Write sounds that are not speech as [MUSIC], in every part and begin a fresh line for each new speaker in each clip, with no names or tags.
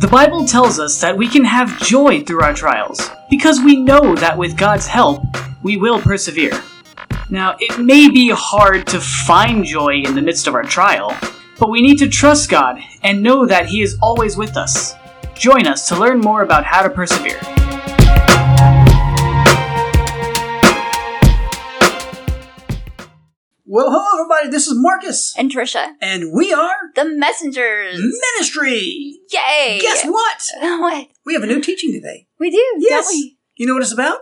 The Bible tells us that we can have joy through our trials because we know that with God's help, we will persevere. Now, it may be hard to find joy in the midst of our trial, but we need to trust God and know that He is always with us. Join us to learn more about how to persevere.
Well, hello, everybody. This is Marcus,
and Trisha,
and we are
the messengers.
Ministry.
Yay!
Guess what?
[LAUGHS] what?
Hmm? We have a new teaching today.
We do,
Yes.
don't we?
You know what it's about?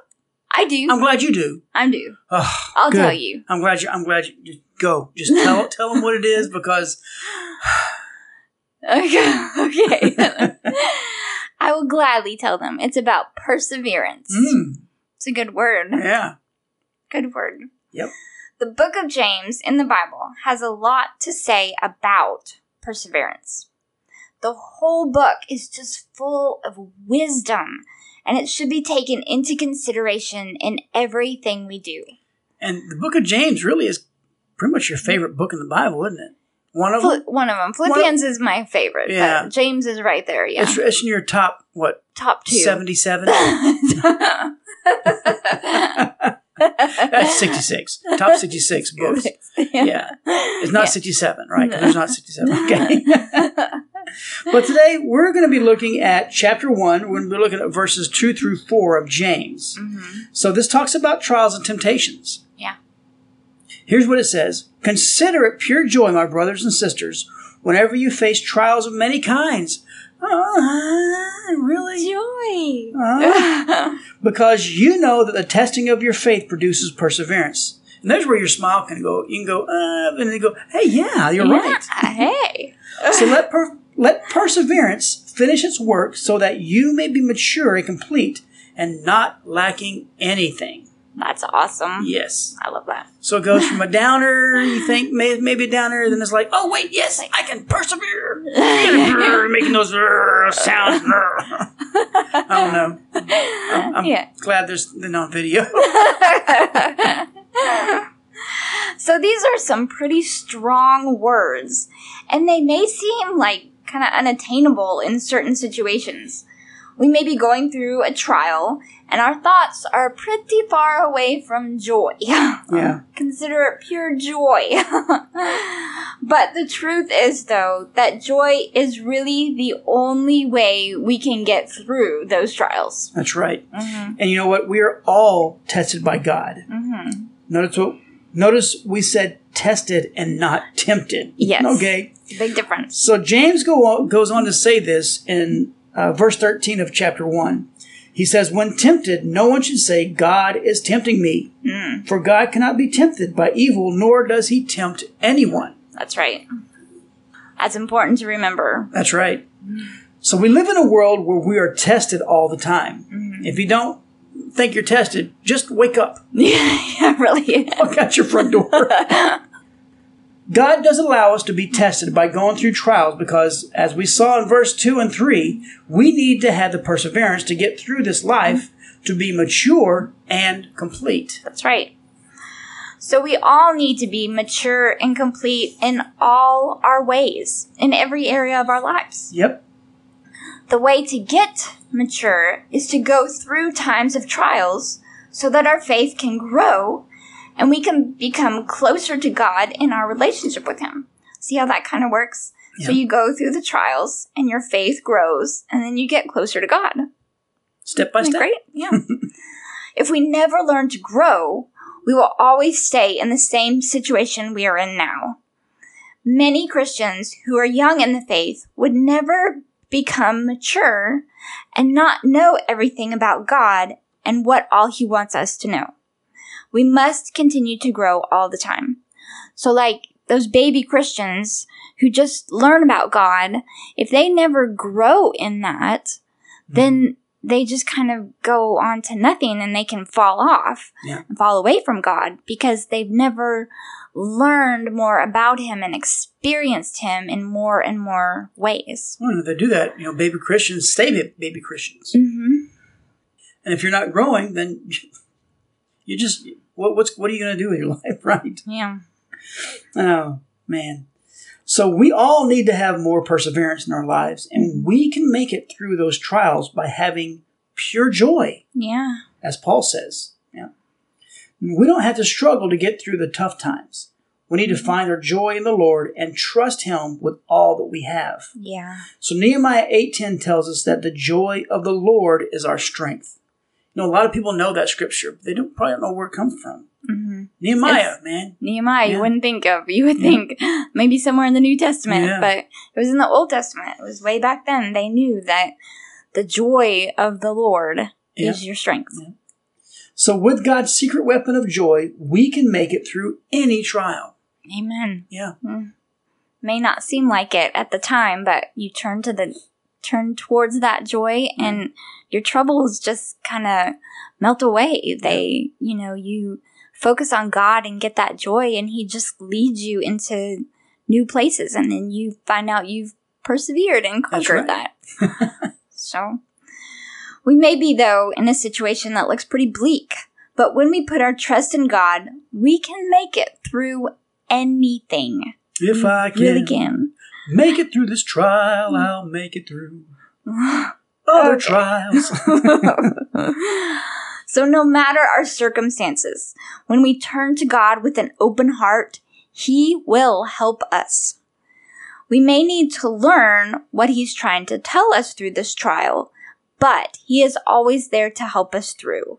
I do.
I'm glad you do.
I'm due.
Oh,
I'll tell you. [LAUGHS]
I'm glad you. I'm glad you. Just go. Just tell tell them what it is because
Okay. okay. [LAUGHS] I will gladly tell them. It's about perseverance.
mm,
It's a good word.
yeah.
Good word.
Yep.
The book of James in the Bible has a lot to say about perseverance. The whole book is just full of wisdom, and it should be taken into consideration in everything we do.
And the Book of James really is pretty much your favorite book in the Bible, isn't it? One of them.
Fli one of them. Philippians is my favorite. Yeah.
Yeah.
But James is right there. Yeah.
It's, it's in your top what
Top two.
seventy [LAUGHS] seven. That's
That's
sixty six. Top sixty [LAUGHS] six books. Yeah, it's not sixty seven, right? 'Cause There's not sixty [LAUGHS] seven. Okay. But today we're going to be looking at chapter one. We're going to be looking at verses two through four of James. So this talks about trials and temptations.
Yeah.
Here's what it says Consider it pure joy, my brothers and sisters, whenever you face trials of many kinds. Ah, really?
Joy.
Ah. [LAUGHS] because you know that the testing of your faith produces perseverance. And there's where your smile can go. You can go, uh, and then go, hey, yeah, you're right.
hey.
So let per- let perseverance finish its work, so that you may be mature and complete, and not lacking anything.
That's awesome.
Yes.
I love that.
So it goes from a downer, you think may- maybe a downer, then it's like, oh wait, yes, I can persevere,
[LAUGHS]
making those uh, sounds. I don't know. I'm, I'm
Yeah.
glad there's they're not
[LAUGHS]
video.
so these are some pretty strong words, and they may seem like kind of unattainable in certain situations. We may be going through a trial, and our thoughts are pretty far away from joy. [LAUGHS]
yeah.
Consider it pure joy. [LAUGHS] but the truth is, though, that joy is really the only way we can get through those trials.
That's right.
Mm-hmm.
And you know what? We are all tested by God.
Mm-hmm.
Notice what. Notice we said tested and not tempted.
Yes.
Okay.
Big difference.
So James go on, goes on to say this in uh, verse 13 of chapter 1. He says, When tempted, no one should say, God is tempting me. For God cannot be tempted by evil, nor does he tempt anyone.
That's right. That's important to remember. [LAUGHS]
That's right. So we live in a world where we are tested all the time. If you don't think you're tested, just wake up.
yeah, really.
Look at your front
[LAUGHS]
door. God does allow us to be tested by going through trials because, as we saw in verse 2 and 3, we need to have the perseverance to get through this life to be mature and complete.
That's right. So we all need to be mature and complete in all our ways, in every area of our lives.
Yep.
The way to get mature is to go through times of trials so that our faith can grow and we can become closer to God in our relationship with Him. See how that kind of works? So
Yeah.
you go through the trials and your faith grows and then you get closer to God.
Step by
Isn't
step.
that great? Yeah. if we never learn to grow, we will always stay in the same situation we are in now. Many Christians who are young in the faith would never become mature and not know everything about God and what all He wants us to know. We must continue to grow all the time. So, like those baby Christians who just learn about God, if they never grow in that, then they just kind of go on to nothing and they can fall off
Yeah.
and fall away from God because they've never learned more about Him and experienced Him in more and more ways.
Well, if they do that, you know, baby Christians stay ba- baby Christians.
Mm-hmm.
And if you're not growing, then [LAUGHS] [LAUGHS] you just, what, what's, what are you going to do with your life, right?
Yeah.
Oh. Man. So we all need to have more perseverance in our lives, and we can make it through those trials by having pure joy,
Yeah.
as Paul says. Yeah. We don't have to struggle to get through the tough times. We need to find our joy in the Lord and trust Him with all that we have.
Yeah.
So Nehemiah 8:10 tells us that the joy of the Lord is our strength. You know, a lot of people know that scripture, but they don't probably don't know where it comes from.
hmm
Nehemiah, man.
Nehemiah,
Yeah.
you wouldn't think of. You would think maybe somewhere in the New Testament,
Yeah.
but it was in the Old Testament. It was way back then. They knew that the joy of the Lord
Yeah.
is your strength.
So with God's secret weapon of joy, we can make it through any trial.
Amen.
Yeah.
Hmm. May not seem like it at the time, but you turn to the turn towards that joy and your troubles just kind of melt away. They, you know, you focus on God and get that joy and he just leads you into new places and then you find out you've persevered and
That's
conquered that. [LAUGHS] so we may be though in a situation that looks pretty bleak, but when we put our trust in God, we can make it through anything.
If I can
Mm, Really can. Mm.
make it through this trial, I'll make it through other
Okay.
trials.
[LAUGHS] so, no matter our circumstances, when we turn to God with an open heart, He will help us. We may need to learn what He's trying to tell us through this trial, but He is always there to help us through.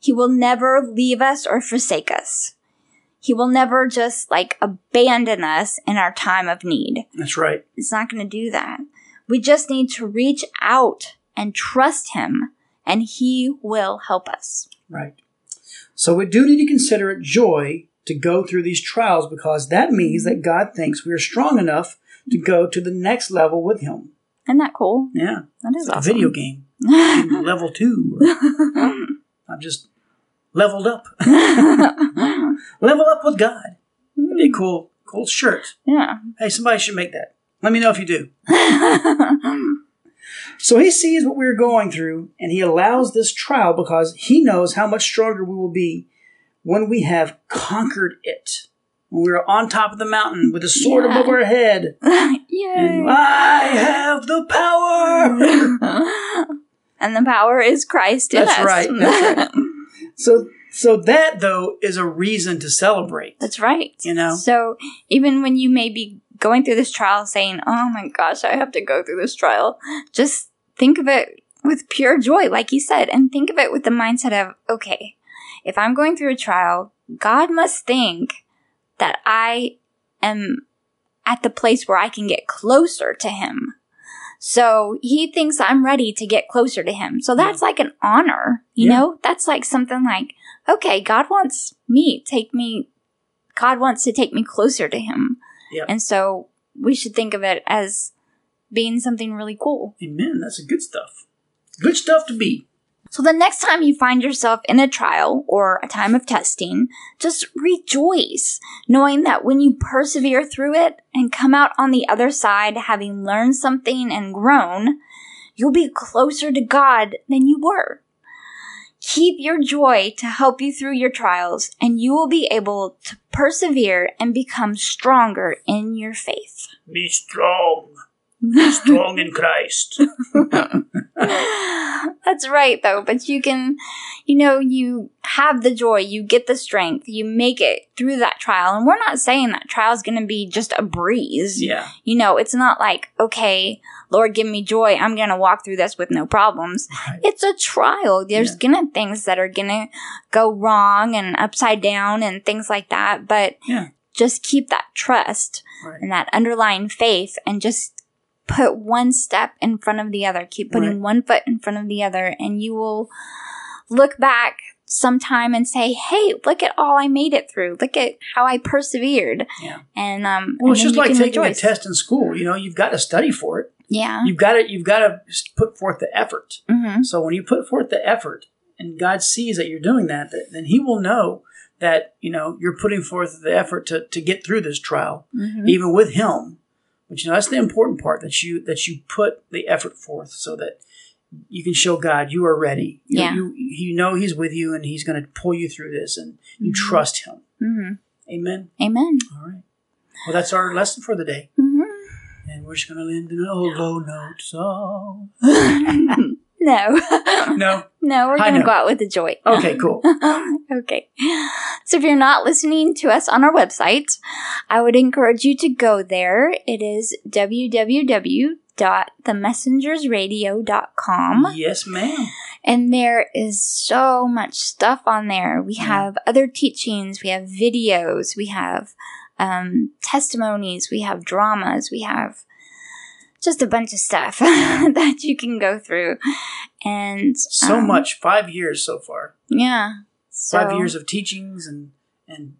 He will never leave us or forsake us. He will never just like abandon us in our time of need.
That's right.
It's not going to do that. We just need to reach out and trust Him, and He will help us.
Right. So we do need to consider it joy to go through these trials because that means that God thinks we are strong enough to go to the next level with Him.
Isn't that cool?
Yeah.
That is
It's like
awesome.
a video
[LAUGHS]
game.
video.
In level two. or I'm just leveled
[LAUGHS]
up. Level up with God. That'd
Hmm.
be a cool, cool shirt.
yeah.
Hey, somebody should make that. Let me know if you
[LAUGHS]
do. So he sees what we're going through and he allows this trial because he knows how much stronger we will be when we have conquered it. When we're on top of the mountain with a sword
Yeah.
above our head. And
Yay.
I have the
[LAUGHS]
power.
and the power is Christ in
That's
us. [LAUGHS]
right, that's so so that though is a reason to celebrate.
That's right.
You know?
So even when you may be going through this trial saying, Oh my gosh, I have to go through this trial, just think of it with pure joy, like he said, and think of it with the mindset of, okay, if I'm going through a trial, God must think that I am at the place where I can get closer to him. So he thinks I'm ready to get closer to him. So that's like an honor, you
Yeah.
know? That's like something like, okay, God wants me, take me God wants to take me closer to Him.
Yep.
And so we should think of it as being something really cool.
Amen. That's good stuff. Good stuff to be.
So the next time you find yourself in a trial or a time of testing, just rejoice, knowing that when you persevere through it and come out on the other side having learned something and grown, you'll be closer to God than you were. Keep your joy to help you through your trials, and you will be able to persevere and become stronger in your faith.
Be strong. Be strong in
[LAUGHS]
Christ.
That's right, though. But you can, you know, you have the joy, you get the strength, you make it through that trial. And we're not saying that trial's going to be just a breeze.
Yeah.
You know, it's not like, okay, Lord, give me joy. I'm going to walk through this with no problems.
Right.
It's a trial. There's going to things that are going to go wrong and upside down and things like that. But
Yeah.
just keep that trust
Right.
and that underlying faith and just put one step in front of the other. Keep putting
Right.
one foot in front of the other, and you will look back sometime and say, Hey, look at all I made it through. Look at how I persevered.
Yeah.
And, um,
Well,
and
it's
then
just
you
like
can
taking
rejoice. Uh-huh.
a test in school. You know, you've got to study for it.
Yeah.
You've got to you've got to put forth the effort.
hmm
So when you put forth the effort, and God sees that you're doing that, that- then He will know that you know you're putting forth the effort to to get through this trial,
hmm
even with Him. But you know that's the important part that you that you put the effort forth, so that you can show God you are ready. You,
Yeah.
you, you know He's with you, and He's
Mm-hmm.
going to pull you through this, and you
Mhm.
trust Him.
hmm
Amen.
Amen.
All right. Well, that's our lesson for the day.
Mhm.
And we're just going to end in a low note
[LAUGHS]
song.
[LAUGHS] no. [LAUGHS]
No?
no, we're
High
going to
note.
go out with the joy.
Okay, cool.
[LAUGHS] okay. So if you're not listening to us on our website, I would encourage you to go there. It is www.themessengersradio.com.
Yes, ma'am.
And there is so much stuff on there. We
Yeah.
have other teachings, we have videos, we have um, testimonies, we have dramas, we have just a bunch of stuff [LAUGHS] that you can go through. And
So
um,
much. Five years so far.
Yeah. So,
Five years of teachings and, and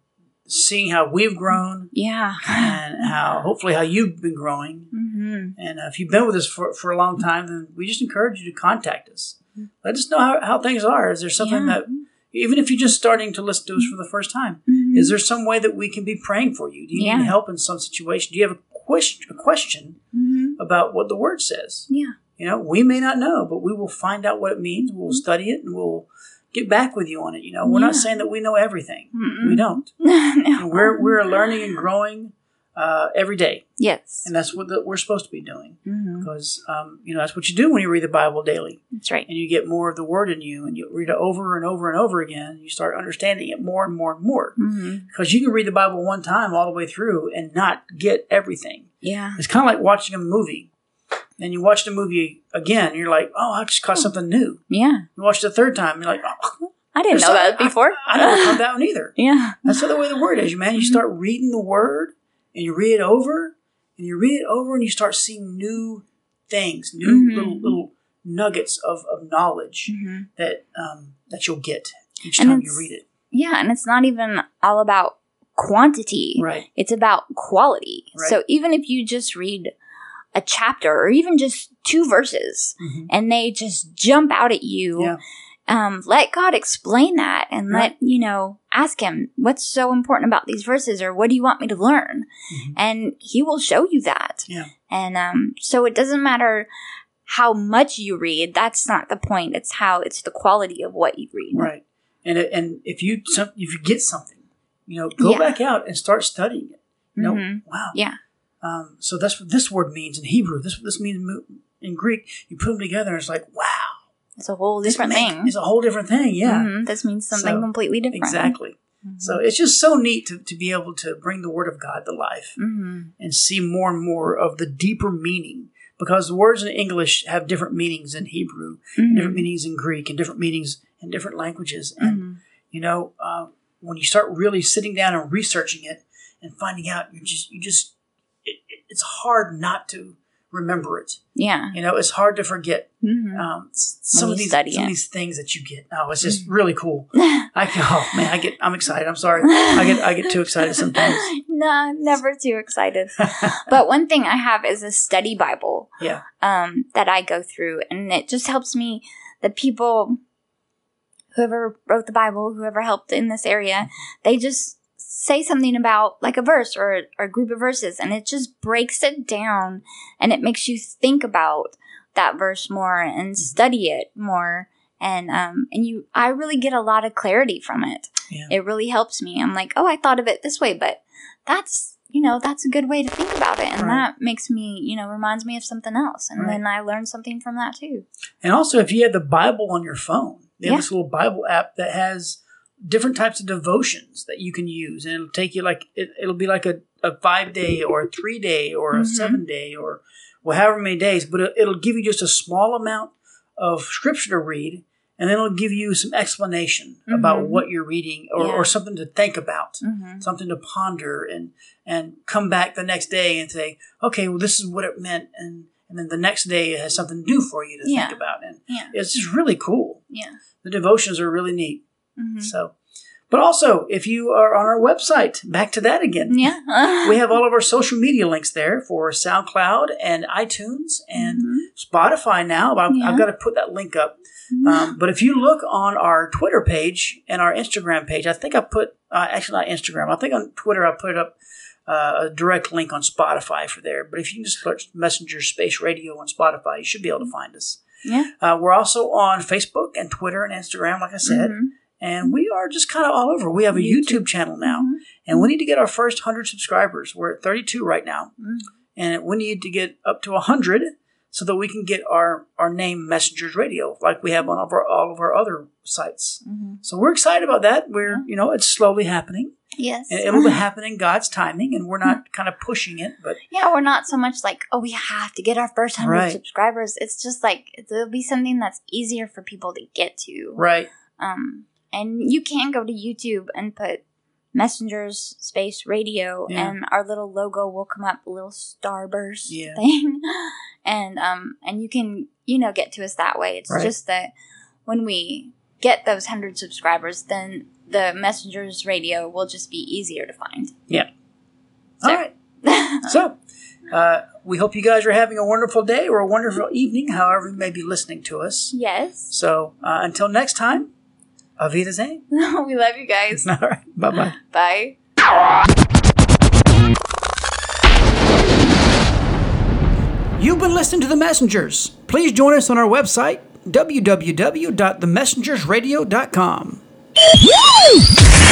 seeing how we've
[SIGHS]
grown
Yeah. [LAUGHS]
and how, hopefully, how you've been growing.
Mm-hmm.
And uh, if you've been with us for, for a long time, then we just encourage you to contact us. Let us know how, how things are. Is there something
Mm-hmm. Yeah.
that, even if you're just starting to listen to us for the first time,
Mm-hmm.
is there some way that we can be praying for you? Do you
Yeah.
need help in some situation? Do you have a question, a question
Mm-hmm.
about what the word says?
Yeah.
You know, we may not know, but we will find out what it means. We'll study it and we'll get back with you on it. You know, we're not
Mm-hmm. Yeah.
saying that we know everything.
Mm-mm.
We don't.
[LAUGHS] no.
And Mm-hmm. we're, we're learning and growing uh, every day.
yes.
And that's what the, we're supposed to be doing
Mhm.
because um, you know that's what you do when you read the Bible daily,
That's right.
and you get more of the Word in you, and you read it over and over and over again. And you start understanding it more and more and more
Mm-hmm.
because you can read the Bible one time all the way through and not get everything.
Yeah.
It's kind of like watching a movie, and you watch the movie again, and you're like, "Oh, I just caught something new."
Yeah.
You watch it the third time, and you're like, "Oh,
I didn't
There's
know
some-
that before.
I never caught that one either."
[LAUGHS] yeah.
That's the way the Word is, man. You
Mhm.
start reading the Word, and you read it over, and you read it over, and you start seeing new things, new
Mhm.
little little nuggets of, of knowledge
Mm-hmm.
that um, that you'll get each
And
time you
it's-
read it.
Yeah. And it's not even all about quantity.
Right.
It's about quality.
Right.
So even if you just read a chapter or even just two verses
Mm-hmm.
and they just jump out at you,
Yeah.
um, let God explain that and
Yeah.
let, you know, ask Him what's so important about these verses or what do you want me to learn?
Mhm.
And He will show you that.
Yeah.
And um, so it doesn't matter how much you read, that's not the point. It's how, it's the quality of what you read.
Right. And it- and if you some, if you get something, you know, go
Yeah.
back out and start studying it. You know,
Mhm.
wow.
Yeah.
Um, so that's what this word means in Hebrew. This this means mo- in Greek. You put them together, and it's like wow,
It's a whole
this
different
make-
thing.
It's a whole different thing. Yeah.
Mhm. This means something
So,
completely different.
Exactly.
Mm-hmm.
So it's just so neat to, to be able to bring the Word of God to life
hmm
and see more and more of the deeper meaning because the words in English have different meanings in Hebrew,
Mm-hmm.
and different meanings in Greek, and different meanings in different languages.
Mm-hmm.
And, you know, uh, when you start really sitting down and researching it and finding out, you just, you just, it, it- it's hard not to remember it.
Yeah.
You know, it's hard to forget
Mhm.
um, s- some
Mm-hmm. When
of
you
these some
study
of
it. Mm-hmm.
these things that you get. Oh, it's just really cool.
[LAUGHS]
I can, oh man, I get I'm excited. I'm sorry. I get I get too excited
[LAUGHS]
sometimes.
no, Mm-hmm. never too excited. but one thing I have is a study Bible
Yeah.
um, that I go through, and it just helps me. The people, whoever wrote the Bible, whoever helped in this area, they just say something about like a verse or, or a group of verses, and it just breaks it down and it makes you think about that verse more
Mm-hmm.
and study it more. And um, and you, I really get a lot of clarity from it.
Yeah.
It really helps me. I'm like, oh, I thought of it this way, but that's you know that's a good way to think about it, and
Right.
that makes me you know reminds me of something else, and
Right.
then I learn something from that too.
And also, if you have the Bible on your phone, they have
Yeah.
this little Bible app that has different types of devotions that you can use, and it'll take you like it, it'll be like a, a five day or a three day or a
Mhm.
seven day or well, however many days, but it, it'll give you just a small amount of scripture to read, and then it'll give you some explanation about
Mhm.
what you're reading or,
Yeah.
or something to think about.
Mm-hmm.
something to ponder and and come back the next day and say, okay, well, this is what it meant, and and then the next day it has something new for you to
Yeah.
think about, and
Yeah,
it's just really cool.
yeah.
The devotions are really neat.
Mm-hmm.
So, but also if you are on our website, back to that again.
Yeah, [LAUGHS]
We have all of our social media links there for SoundCloud and iTunes and
Mm-hmm.
Spotify now. I've,
Yeah.
I've got to put that link up.
Mhm.
Um, but if you look on our Twitter page and our Instagram page, I think I put uh, actually not Instagram. I think on Twitter I put up uh, a direct link on Spotify for there. But if you just search Messenger Space Radio on Spotify, you should be able to find us.
yeah.
Uh, we're also on Facebook and Twitter and Instagram, like I said,
Mhm.
and we are just kind of all over. We have a YouTube, channel now,
Mhm.
and we need to get our first 100 subscribers. We're at 32 right now,
Mm.
and we need to get up to 100 so that we can get our, our name Messengers Radio like we have on all of our, all of our other sites.
Mhm.
So we're excited about that. We're, you know, it's slowly happening.
Yes.
And it'll be happening God's timing, and we're not kind of pushing it, but
yeah, we're not so much like, oh, we have to get our first 100
Right.
subscribers. It's just like, it'll be something that's easier for people to get to.
right.
Um, and you can go to YouTube and put Messengers Space Radio,
Yeah.
and our little logo will come up, a little starburst
Yeah.
[LAUGHS] thing, and um, and you can you know get to us that way. It's
Right.
just that when we get those hundred subscribers, then the Messengers Radio will just be easier to find. [LAUGHS]
All right. So, uh, we hope you guys are having a wonderful day or a wonderful evening, however you may be listening to us.
yes, [LAUGHS]
So, uh, until next time, Avida Zane.
we love you
[LAUGHS]
guys.
All right. Bye bye.
Bye.
You've been listening to The Messengers. Please join us on our website, www.themessengersradio.com.